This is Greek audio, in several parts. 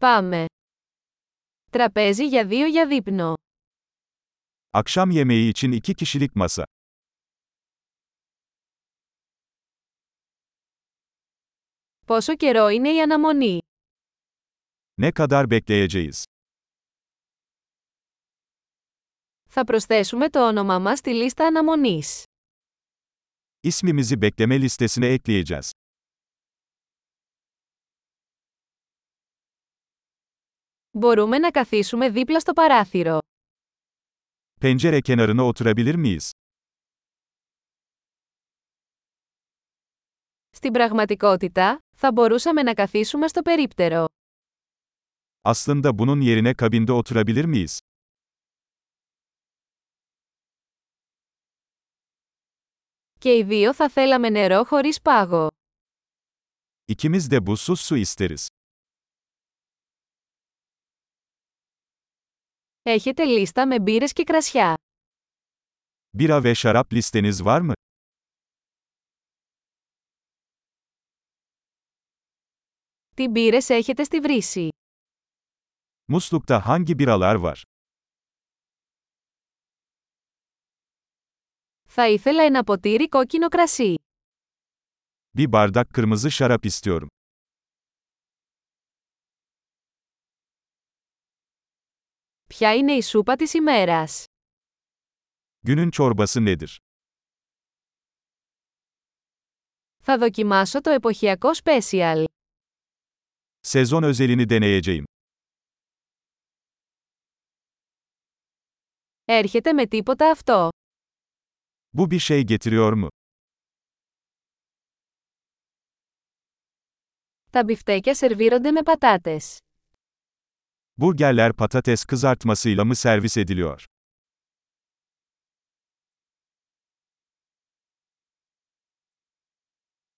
Πάμε. Τραπέζι για δύο για δείπνο. Akşam yemeği için iki kişilik masa. Πόσο καιρό είναι η αναμονή. Ne kadar bekleyeceğiz? Θα προσθέσουμε το όνομά μας στη λίστα αναμονής. İsmimizi bekleme listesine ekleyeceğiz. Μπορούμε να καθίσουμε δίπλα στο παράθυρο. Pencere kenarına oturabilir miyiz? Στην πραγματικότητα, θα μπορούσαμε να καθίσουμε στο περίπτερο. Aslında bunun yerine kabinde oturabilir miyiz? Και οι δύο θα θέλαμε νερό χωρίς πάγο. İkimiz de buzsuz su isteriz. Έχετε λίστα με μπύρες και κρασιά. Bira ve şarap listeniz var mı? Τι μπύρες έχετε στη βρύση. Muslukta hangi biralar var? Θα ήθελα ένα ποτήρι κόκκινο κρασί. Bir bardak kırmızı şarap istiyorum. Ποια είναι η σούπα της ημέρας. Günün çorbası nedir? Θα δοκιμάσω το εποχιακό special. Sezon özelini deneyeceğim. Έρχεται με τίποτα αυτό. Bu bir şey getiriyor mu? Τα μπιφτέκια σερβίρονται με πατάτες. Burgerler patates kızartmasıyla mı servis ediliyor?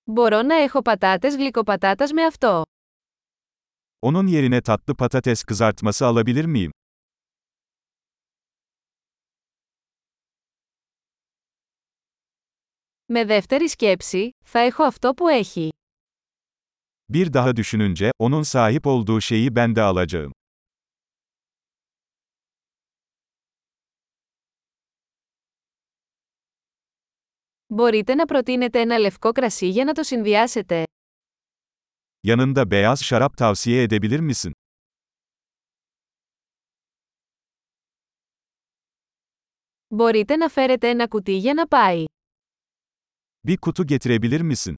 Μπορώ να έχω πατάτες γλυκοπατάτας με αυτό. Onun yerine tatlı patates kızartması alabilir miyim? Με δεύτερη σκέψη, θα έχω αυτό που έχει. Bir daha düşününce, onun sahip olduğu şeyi ben de alacağım. Μπορείτε να προτείνετε ένα λευκό κρασί για να το συνδυάσετε. Yanında beyaz şarap tavsiye edebilir misin? Μπορείτε να φέρετε ένα κουτί για να πάει. Bir kutu getirebilir misin?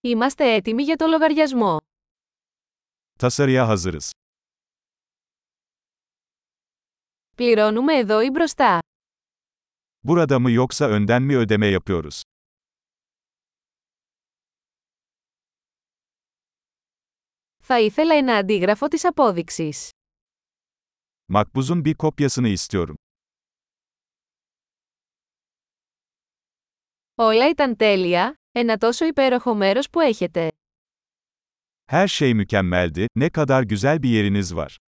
Είμαστε έτοιμοι για το λογαριασμό. Tasarıya hazırız. Πληρώνουμε εδώ ή μπροστά. Burada mı yoksa önden mi ödeme yapıyoruz? Θα ήθελα ένα αντίγραφο της απόδειξης. Makbuzun bir kopyasını istiyorum. Όλα ήταν τέλεια, ένα τόσο υπέροχο μέρος που έχετε. Her şey mükemmeldi, ne kadar güzel bir yeriniz var.